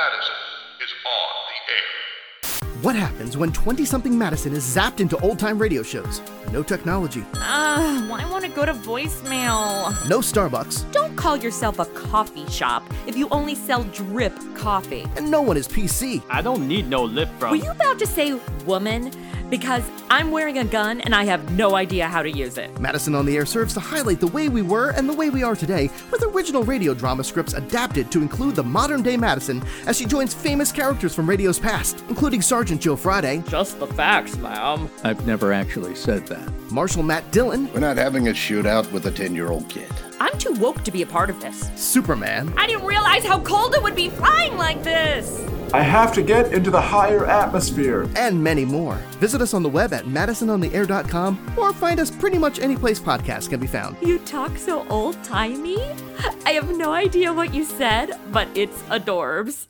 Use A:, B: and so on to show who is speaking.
A: Madison is on the air.
B: What happens when 20 something Madison is zapped into old time radio shows? No technology,
C: Ugh, why won't it go to voicemail?
B: no Starbucks,
C: Don't call yourself a coffee shop if you only sell drip coffee.
B: and no one is PC.
D: I don't need no lip from.
C: Were you about to say woman? Because I'm wearing a gun and I have no idea how to use it.
B: Madison on the Air serves to highlight the way we were and the way we are today with original radio drama scripts adapted to include the modern day Madison as she joins famous characters from radio's past, including Sergeant Joe Friday,
E: Just the facts, ma'am.
F: I've never actually said that.
B: Marshal Matt Dillon,
G: We're not having a shootout with a 10 year old kid.
C: I'm too woke to be a part of this.
B: Superman,
C: I didn't realize how cold it would be flying like this.
H: I have to get into the higher atmosphere.
B: and many more. Visit us on the web at madisonontheair.com or find us pretty much any place podcasts can be found.
C: You talk so old timey. I have no idea what you said, but it's adorbs.